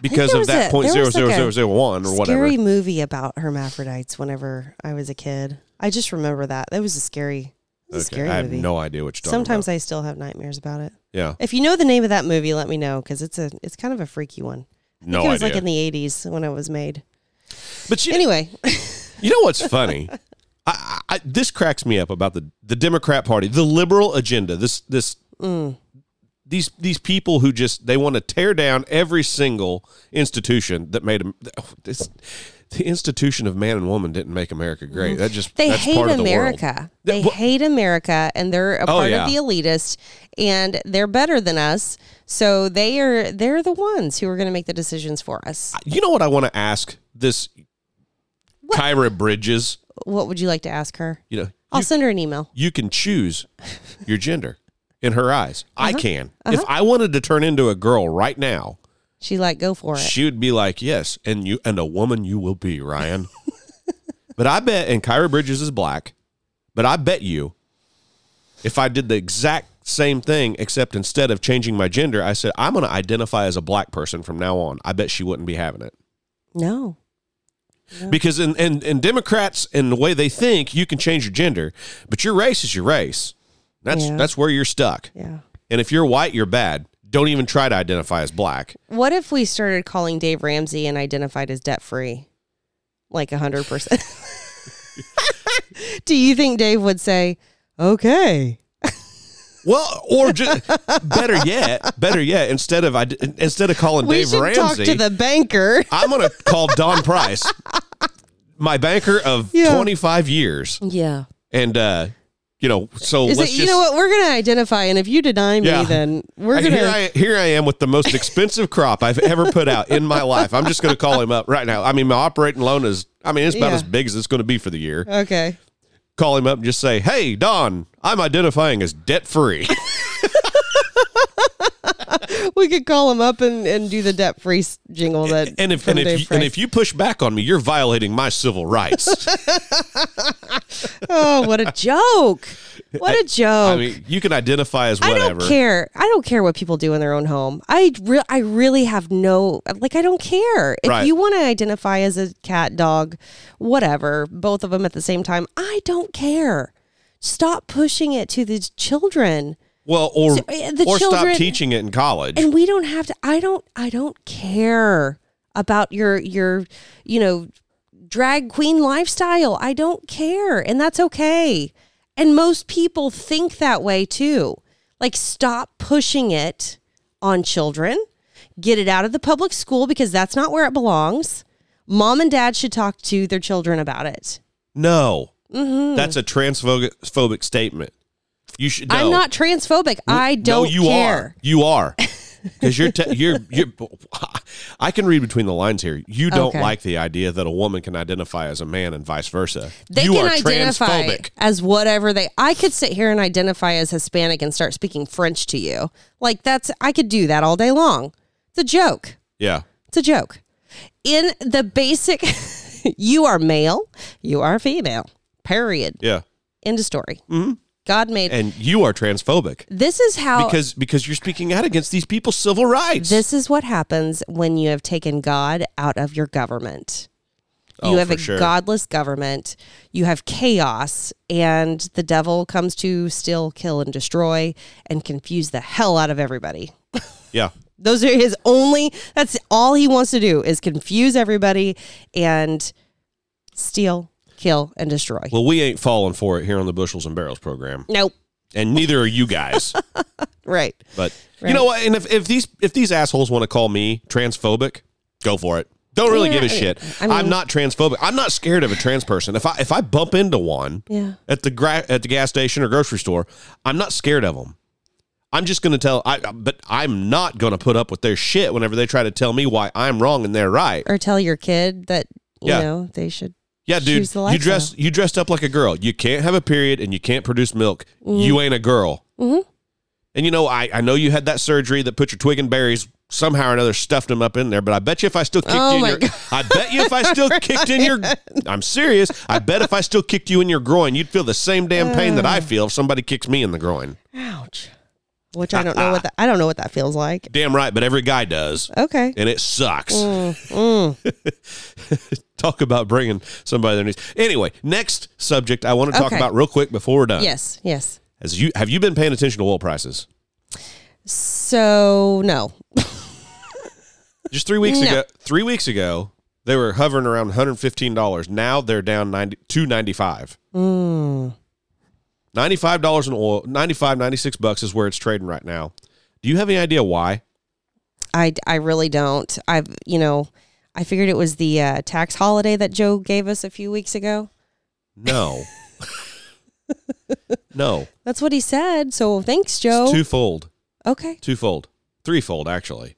B: because
A: there
B: of
A: was
B: that
A: a-
B: point
A: there
B: zero
A: was
B: zero
A: like
B: zero
A: a
B: zero one or whatever.
A: Scary movie about hermaphrodites whenever I was a kid. I just remember that. That was a scary, it was a scary
B: I have
A: movie.
B: no idea what you're talking
A: Sometimes
B: about.
A: I still have nightmares about it.
B: yeah,
A: If you know the name of that movie, let me know because it's a it's kind of a freaky one. I think
B: no
A: it was
B: idea.
A: like in the eighties when it was made.
B: but you,
A: Anyway, *laughs*
B: you know what's funny? I, I, I, this cracks me up about the the Democrat Party, the liberal agenda. This this
A: Mm.
B: these these people who just they want to tear down every single institution that made them. This, the institution of man and woman didn't make America great. That just
A: Mm. they
B: that's
A: hate
B: part of the world.
A: America.
B: Yeah,
A: They
B: wha-
A: hate America, and they're a
B: Oh,
A: part
B: yeah.
A: of the elitist, and they're better than us. So they are they're the ones who are going to make the decisions for us.
B: You know what I want to ask this Kyra Bridges.
A: What would you like to ask her?
B: You know,
A: I'll
B: you-
A: send her an email.
B: you can choose your gender in her eyes. I can. If I wanted to turn into a girl right now,
A: She like go for it.
B: she would be like, "Yes, and you and a woman you will be, Ryan." but I bet and Kyra Bridges is black, but I bet you if I did the exact same thing except instead of changing my gender, I said, "I'm going to identify as a black person from now on." I bet she wouldn't be having it.
A: No.
B: Because in, in, in Democrats and the way they think, you can change your gender, but your race is your race. That's
A: Yeah.
B: that's where you're stuck.
A: Yeah.
B: And if you're white, you're bad. Don't even try to identify as black.
A: What if we started calling Dave Ramsey and identified as debt free? Like 100%. Do you think Dave would say, okay?
B: Well, or just *laughs* better yet, better yet, instead of id- instead of calling
A: we
B: Dave
A: should talk
B: Ramsey,
A: to the banker.
B: I'm going to call Don Price, my banker of
A: Yeah.
B: 25 years,
E: Yeah.
B: and uh, you know, so
A: Is
B: let's
A: it,
B: just
A: you know what? We're going to identify. And if you deny me,
B: Yeah.
A: then we're
B: I-
A: going
B: here,
A: to.
B: I, here I am with the most expensive crop I've ever put out in my life. I'm just going to call him up right now. I mean, my operating loan is, I mean, it's about
A: Yeah.
B: as big as it's going to be for the year.
A: Okay.
B: Call him up and just say, hey, Don, I'm identifying as debt free.
A: We could call him up and, and do the debt free jingle that.
B: And if,
A: from
B: and,
A: Dave
B: if, and
A: Price.
B: if you push back on me, you're violating my civil
A: *laughs*
B: rights.
A: Oh, what a
B: *laughs*
A: joke. What a joke.
B: I mean, you can identify as
A: Oh. I
B: whatever.
A: don't care. I don't care what people do in their own home. I re- I really have no like. I don't care if
B: Right.
A: you want to identify as a cat, dog, whatever. Both of them at the same time. I don't care. Stop pushing it to the children,
B: Well, or,
A: So, uh, the
B: or
A: children-
B: stop teaching it in college.
A: and we don't have to. I don't. I don't care about your your you know drag queen lifestyle. I don't care, and that's okay. And most people think that way too. Like, stop pushing it on children. Get it out of the public school because that's not where it belongs. Mom and dad should talk to their children about it.
B: no,
A: Mm-hmm.
B: that's a transphobic phobic statement. You should. No.
A: I'm not transphobic. I don't
B: No, you are.
A: care. *laughs*
B: You are. Because you're, te- you're, you're, I can read between the lines here. You don't
A: Okay.
B: like the idea that a woman can identify as a man and vice versa.
A: They
B: you
A: can
B: are
A: identify
B: transphobic.
A: as whatever they. I could sit here and identify as Hispanic and start speaking French to you. Like that's I could do that all day long. It's a joke.
B: Yeah.
A: It's a joke. In the basic, *laughs* you are male, you are female. Period.
B: Yeah.
A: End of story. God made
B: Mm-hmm. And you are transphobic
A: this is how
B: because because you're speaking out against these people's civil rights.
A: Oh. this is what happens when you have taken God out of your government.
B: Oh,
A: you have
B: for
A: a
B: sure.
A: godless government. You have chaos, and the devil comes to steal, kill, and destroy, and confuse the hell out of everybody.
B: yeah.
A: Those are his only. That's all he wants to do is confuse everybody and steal, kill, and destroy.
B: Well, we ain't falling for it here on the Bushels and Barrels program,
A: nope.
B: and neither are
A: *laughs*
B: you guys.
A: Right.
B: But you know what? And if, if these if these assholes want to call me transphobic, go for it. Don't really
A: Yeah,
B: give a
A: I-
B: shit.
A: I mean-
B: I'm not transphobic. I'm not scared of a trans person. If I if I bump into one
A: Yeah.
B: at the gra- at the gas station or grocery store, I'm not scared of them. I'm just going to tell. I but I'm not going to put up with their shit whenever they try to tell me why I'm wrong and they're right.
A: Or tell your kid that you
B: Yeah.
A: know they should.
B: Yeah, dude,
A: Choose the
B: you
A: lifestyle.
B: dress you dressed up like a girl. You can't have a period and you can't produce milk.
A: Mm-hmm.
B: You ain't a girl.
A: Mhm.
B: And you know, I I know you had that surgery that put your twig and berries somehow or another stuffed them up in there. But I bet you if I still kicked
A: Oh
B: you, in
A: my
B: your,
A: God.
B: I bet you if
A: *laughs*
B: I still kicked in your, I'm serious. I bet if I still kicked you in your groin, you'd feel the same damn pain that I
A: Uh.
B: feel if somebody kicks me in the groin.
A: Ouch. Which I don't know
B: *laughs*
A: what that. I don't know what that feels like.
B: Damn right, but every guy does,
A: Okay.
B: and it sucks.
A: Mm.
B: *laughs* Talk about bringing somebody their knees. Anyway, next subject I want to talk
A: Okay.
B: about real quick before we're done.
A: Yes, yes.
B: Has you have you been paying attention to oil prices?
A: So no.
B: Just three weeks
A: No.
B: ago, three weeks ago, they were hovering around one hundred fifteen dollars. Now they're down ninety two ninety five.
A: Mm.
B: Ninety five dollars in oil, 95 96 bucks is where it's trading right now. Do you have any idea why?
A: I I really don't. I've you know, I figured it was the uh, tax holiday that Joe gave us a few weeks ago. *laughs*
B: No, no,
A: That's what he said. So thanks, Joe.
B: it's twofold,
A: okay.
B: twofold, threefold actually.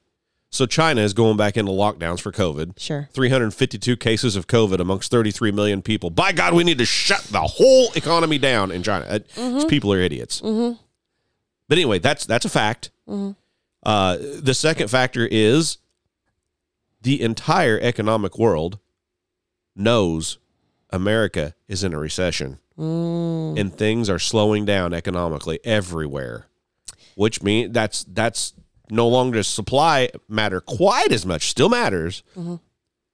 B: So China is going back into lockdowns for COVID.
A: Sure.
B: 352 cases of COVID amongst 33 million people. By God, we need to shut the whole economy down in China. Uh, These people are idiots. But anyway, that's that's a fact. Uh, the second factor is the entire economic world knows America is in a recession and things are slowing down economically everywhere, which means that's that's no longer does supply matter quite as much. Still matters.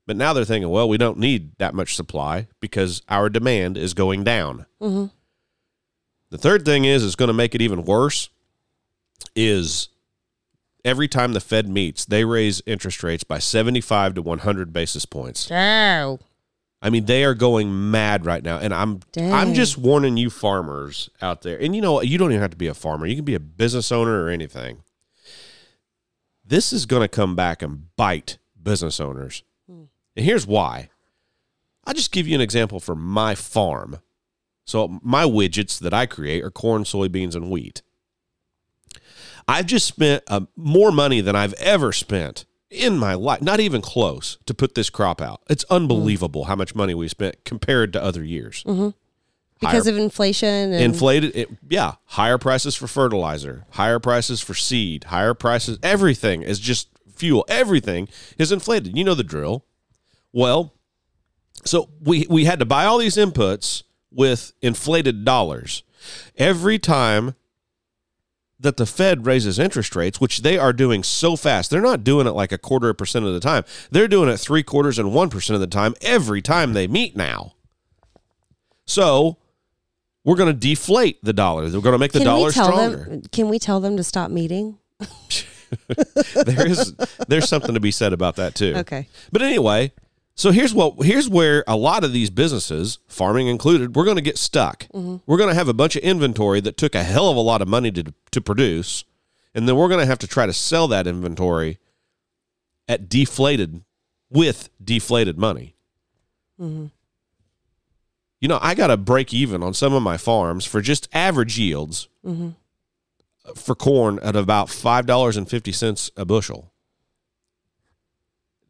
B: But now they're thinking, well, we don't need that much supply because our demand is going down. The third thing is, it's going to make it even worse. Is every time the Fed meets, they raise interest rates by seventy-five to one hundred basis points.
A: Joe.
B: I mean, they are going mad right now, and I'm I'm
A: Dang.
B: just warning you, farmers out there. And you know, what? you don't even have to be a farmer; you can be a business owner or anything. This is going to come back and bite business owners, and here's why. I'll just give you an example for my farm. So my widgets that I create are corn, soybeans, and wheat. I've just spent uh, more money than I've ever spent in my life, not even close, to put this crop out. It's unbelievable how much money we spent compared to other years.
A: because of inflation and
B: Inflated, it, yeah. Higher prices for fertilizer, higher prices for seed, higher prices. Everything is just fuel. Everything is inflated. You know the drill. Well, so we we had to buy all these inputs with inflated dollars. Every time that the Fed raises interest rates, which they are doing so fast, they're not doing it like a quarter of a percent of the time. They're doing it three quarters and one percent of the time every time they meet now. So we're going to deflate the dollar. We're going to make the
A: can
B: dollar
A: we tell
B: stronger.
A: them can we tell them to stop meeting?
B: *laughs* there is there's something to be said about that too.
A: Okay.
B: But anyway, so here's what here's where a lot of these businesses, farming included, we're going to get stuck. We're going to have a bunch of inventory that took a hell of a lot of money to to produce, and then we're going to have to try to sell that inventory at deflated with deflated money. You know, I got to break even on some of my farms for just average yields for corn at about five dollars and fifty cents a bushel.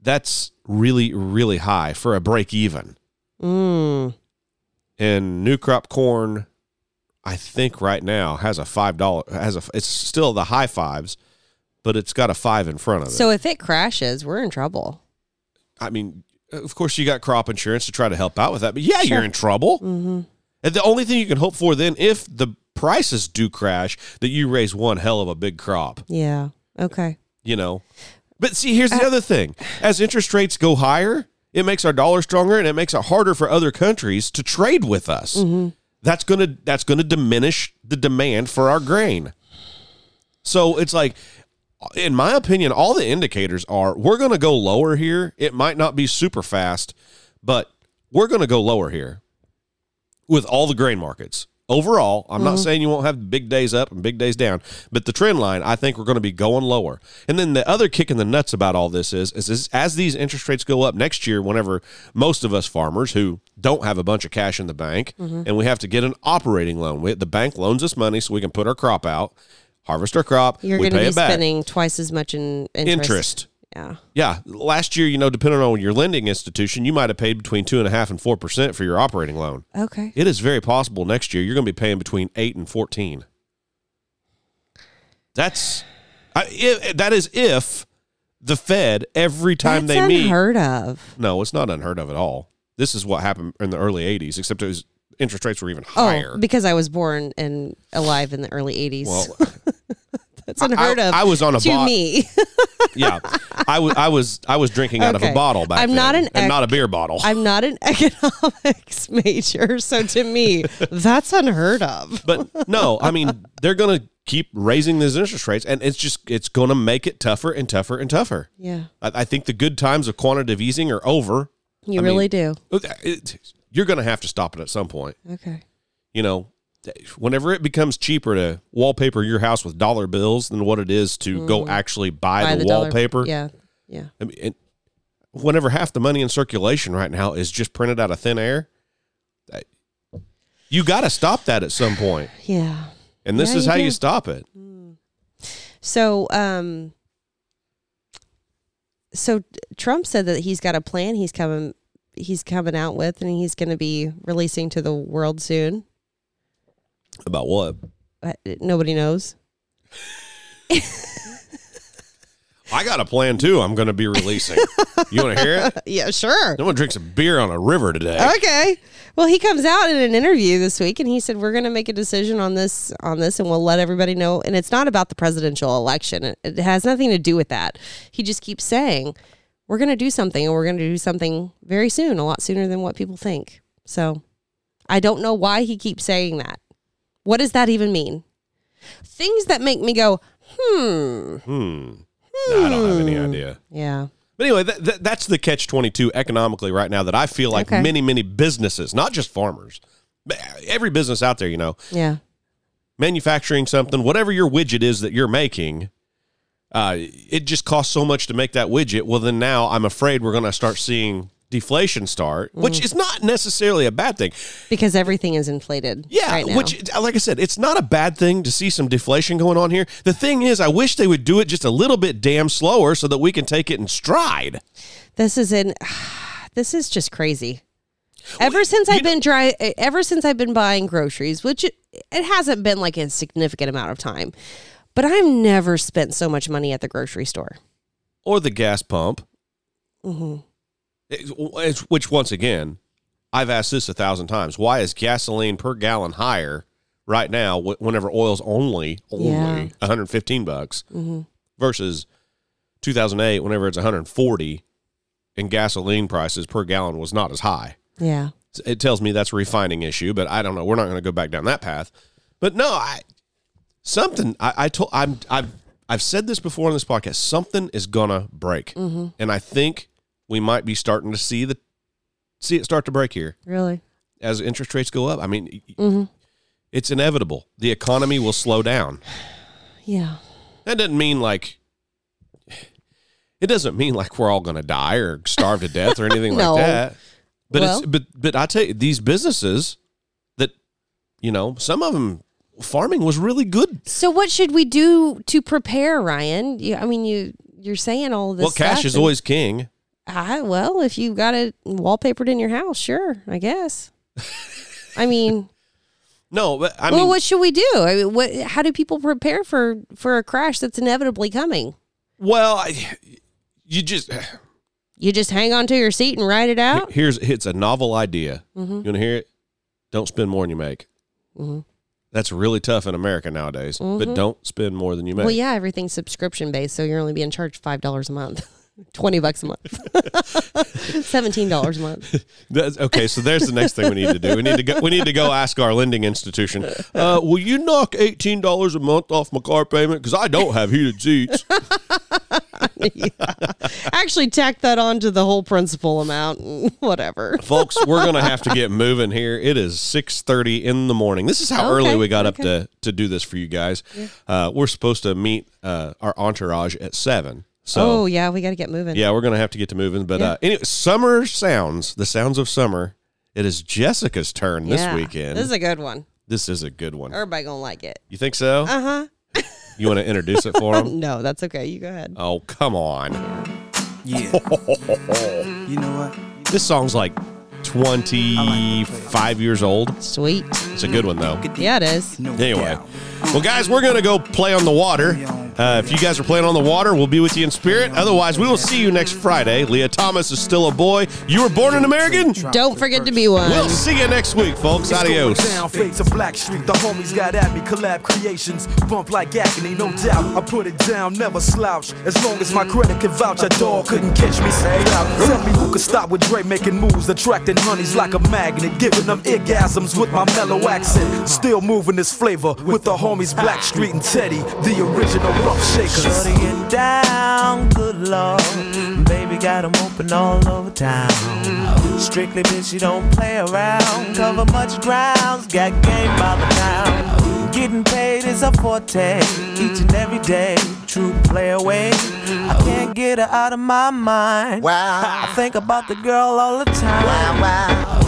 B: That's really, really high for a break even.
A: Mm.
B: And new crop corn, I think right now has a five dollar has a it's still the high fives, but it's got a five in front of it.
A: So if it crashes, we're in trouble.
B: I mean, of course, you got crop insurance to try to help out with that, but yeah, you're in trouble. Mm-hmm. And the only thing you can hope for then, if the prices do crash, that you raise one hell of a big crop.
A: Yeah. Okay.
B: you know. But see, here's the other thing. As interest rates go higher, it makes our dollar stronger and it makes it harder for other countries to trade with us. That's going to that's going to diminish the demand for our grain. So it's like in my opinion, all the indicators are we're going to go lower here. It might not be super fast, but we're going to go lower here with all the grain markets. Overall, I'm
A: Mm-hmm.
B: not saying you won't have big days up and big days down, but the trend line, I think we're going to be going lower. And then the other kick in the nuts about all this is, is, is as these interest rates go up next year, whenever most of us farmers who don't have a bunch of cash in the bank
A: Mm-hmm.
B: and we have to get an operating loan, we, the bank loans us money so we can put our crop out, harvest our crop,
A: You're
B: we
A: going to
B: pay
A: be
B: it back
A: spending twice as much in interest.
B: interest.
A: Yeah.
B: Yeah, last year, you know, depending on your lending institution, you might have paid between two and a half and four percent for your operating loan.
A: Okay.
B: It is very possible next year you're going to be paying between eight and fourteen. That's I, i that is if the Fed every time
A: That's
B: they meet.
A: unheard of.
B: No, it's not unheard of at all. This is what happened in the early '80s, except it was interest rates were even
A: Oh,
B: higher.
A: because I was born and alive in the early 80s.
B: well,
A: That's unheard
B: I-
A: of.
B: I was on a
A: to
B: bot-
A: me. *laughs*
B: yeah, I was I was I was drinking out of a
A: Okay.
B: bottle back
A: I'm
B: then,
A: not an
B: and
A: ec-
B: not a beer bottle.
A: I'm not an economics *laughs* major, so to me, that's unheard of.
B: But no, I mean they're going to keep raising these interest rates, and it's just it's going to make it tougher and tougher and tougher.
A: Yeah,
B: I, I think the good times of quantitative easing are over.
A: you
B: I mean-
A: really do.
B: It- you're going to have to stop it at some point.
A: Okay.
B: You know, whenever it becomes cheaper to wallpaper your house with dollar bills than what it is to go actually buy,
A: Mm. Buy
B: the,
A: dollar-
B: wallpaper.
A: Yeah, yeah.
B: I mean, it, whenever half the money in circulation right now is just printed out of thin air, that- you got to stop that at some point.
A: Yeah.
B: And this
A: Yeah,
B: is
A: you
B: how you
A: do.
B: stop it.
A: So, um, so Trump said that he's got a plan he's coming he's coming out with and he's going to be releasing to the world soon.
B: About what?
A: But nobody knows.
B: I got a plan too. I'm going to be releasing. you want to hear it?
A: Yeah, sure.
B: I'm going to drink some beer on a river today.
A: Okay. Well, he comes out in an interview this week and he said we're going to make a decision on this on this and we'll let everybody know and it's not about the presidential election. It, it has nothing to do with that. He just keeps saying we're going to do something and we're going to do something very soon, a lot sooner than what people think. So, I don't know why he keeps saying that. What does that even mean? Things that make me go, "Hmm."
B: Hmm. No, I don't have any idea.
A: Yeah.
B: But anyway, that, that, that's the catch 22 economically right now that I feel like
A: Okay.
B: many, many businesses, not just farmers, but every business out there, you know,
A: Yeah.
B: manufacturing something, whatever your widget is that you're making, uh, it just costs so much to make that widget. Well, then now I'm afraid we're going to start seeing deflation start, which is not necessarily a bad thing.
A: because everything is inflated.
B: Yeah,
A: right now.
B: which, like I said, it's not a bad thing to see some deflation going on here. The thing is, I wish they would do it just a little bit damn slower so that we can take it in stride.
A: this is in. *sighs* This is just crazy. Ever since I've been dry, ever since I've been buying groceries, which it, it hasn't been like a significant amount of time, but I've never spent so much money at the grocery store.
B: or the gas pump,
A: Mm-hmm.
B: It's- it's- which once again, I've asked this a thousand times. Why is gasoline per gallon higher right now wh- whenever oil's only only
A: Yeah. Mm-hmm.
B: 115 bucks versus 2008 whenever it's 140 and gasoline prices per gallon was not as high?
A: Yeah,
B: It tells me that's a refining issue, but I don't know. We're not going to go back down that path. But no, I something I, I told I'm I've I've said this before on this podcast. Something is gonna break, and I think we might be starting to see the see it start to break here
A: really.
B: as interest rates go up. I mean, y- it's inevitable. The economy will slow down.
A: Yeah,
B: That doesn't mean like it doesn't mean like we're all going to die or starve to death or
A: *laughs*
B: anything
A: No.
B: like that. But
A: Well-
B: it's but but I tell you these businesses that you know some of them farming was really good.
A: So what should we do to prepare, Ryan? You, I mean, you you're saying all this.
B: well, cash
A: stuff
B: is
A: and-
B: always king.
A: I, well, if you got it wallpapered in your house, sure, I
B: *laughs*
A: guess. I mean,
B: No, but I
A: well,
B: mean
A: what should we do? I mean, what? How do people prepare for for a crash that's inevitably coming?
B: well I, you just
A: You just hang on to your seat and ride it
B: *laughs*
A: out.
B: here's it's a novel idea.
A: Mm-hmm.
B: You want to hear it? Don't spend more than you make. That's really tough in America nowadays. But don't spend more than you make.
A: Mm-hmm. Well, yeah, everything's subscription based, so you're only being charged five dollars a month, *laughs* twenty bucks a month, *laughs* seventeen dollars a month. *laughs*
B: That's, okay, so there's the next thing we need to do. We need to go. We need to go ask our lending institution. Uh, will you knock eighteen dollars a month off my car payment because I don't have heated seats?
A: Actually, tack that on to the whole principal amount, and *laughs* whatever.
B: Folks, we're gonna have to get moving here. It is six thirty in the morning. This is how
A: Okay,
B: early we got up
A: okay.
B: to to do this for you guys. Uh, we're supposed to meet uh, our entourage at seven. So
A: oh yeah, we got to get moving.
B: yeah, we're gonna have to get to moving. But uh, anyway, summer sounds. The sounds of summer. It is Jessica's turn
A: Yeah.
B: this weekend.
A: This is a good one.
B: this is a good one.
A: Everybody gonna like it.
B: You think so?
A: Uh huh.
B: You want to introduce it
A: *laughs*
B: for him?
A: No, that's okay. You go ahead.
B: Oh, come on.
F: *laughs*
G: Yeah. you know what?
B: This song's like 25 years old.
A: Sweet.
B: It's a good one, though.
A: Yeah, it is.
G: No
B: Anyway.
G: doubt.
B: Well, guys, we're going to go play on the water. Uh, if you guys are playing on the water, we'll be with you in spirit. Otherwise, we will see you next Friday. Leah Thomas is still a boy. You were born an American?
A: Don't forget to be one.
B: We'll see you next week, folks.
G: It's going
B: Adios.
G: Down, fade to Black Street. The homies got at me. Collab creations. Bump like agony, no doubt. I put it down, never slouch. As long as my credit can vouch, a dog couldn't catch me. Say out. Tell me who could stop with Dre making moves, attracting honeys like a magnet, giving them orgasms with my mellow accent. Still moving this flavor with the homies Black Street and Teddy, the original rough shakers.
F: Shutting it down, good lord. Baby got 'em open all over town. Strictly bitch, you don't play around. Cover much grounds, got game by the town. Getting paid is a forte, each and every day. True play away. I can't get her out of my mind. Wow. I think about the girl all the time. Wow, wow.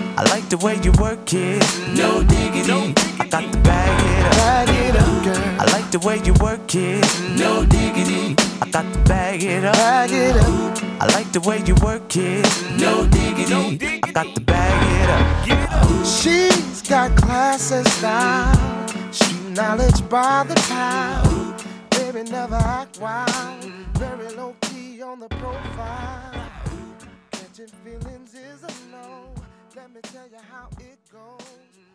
F: I like the way you work it. No diggity. I got to bag it up. Bag it up, girl. I like the way you work it. No diggity. I got to bag it up. Bag it up. I like the way you work it. No diggity. I got to bag it up.
H: She's got class and style. She knowledge by the pile. Baby never act wild. Very low key on the profile. Catching feelings is a no. Let me tell you how it goes.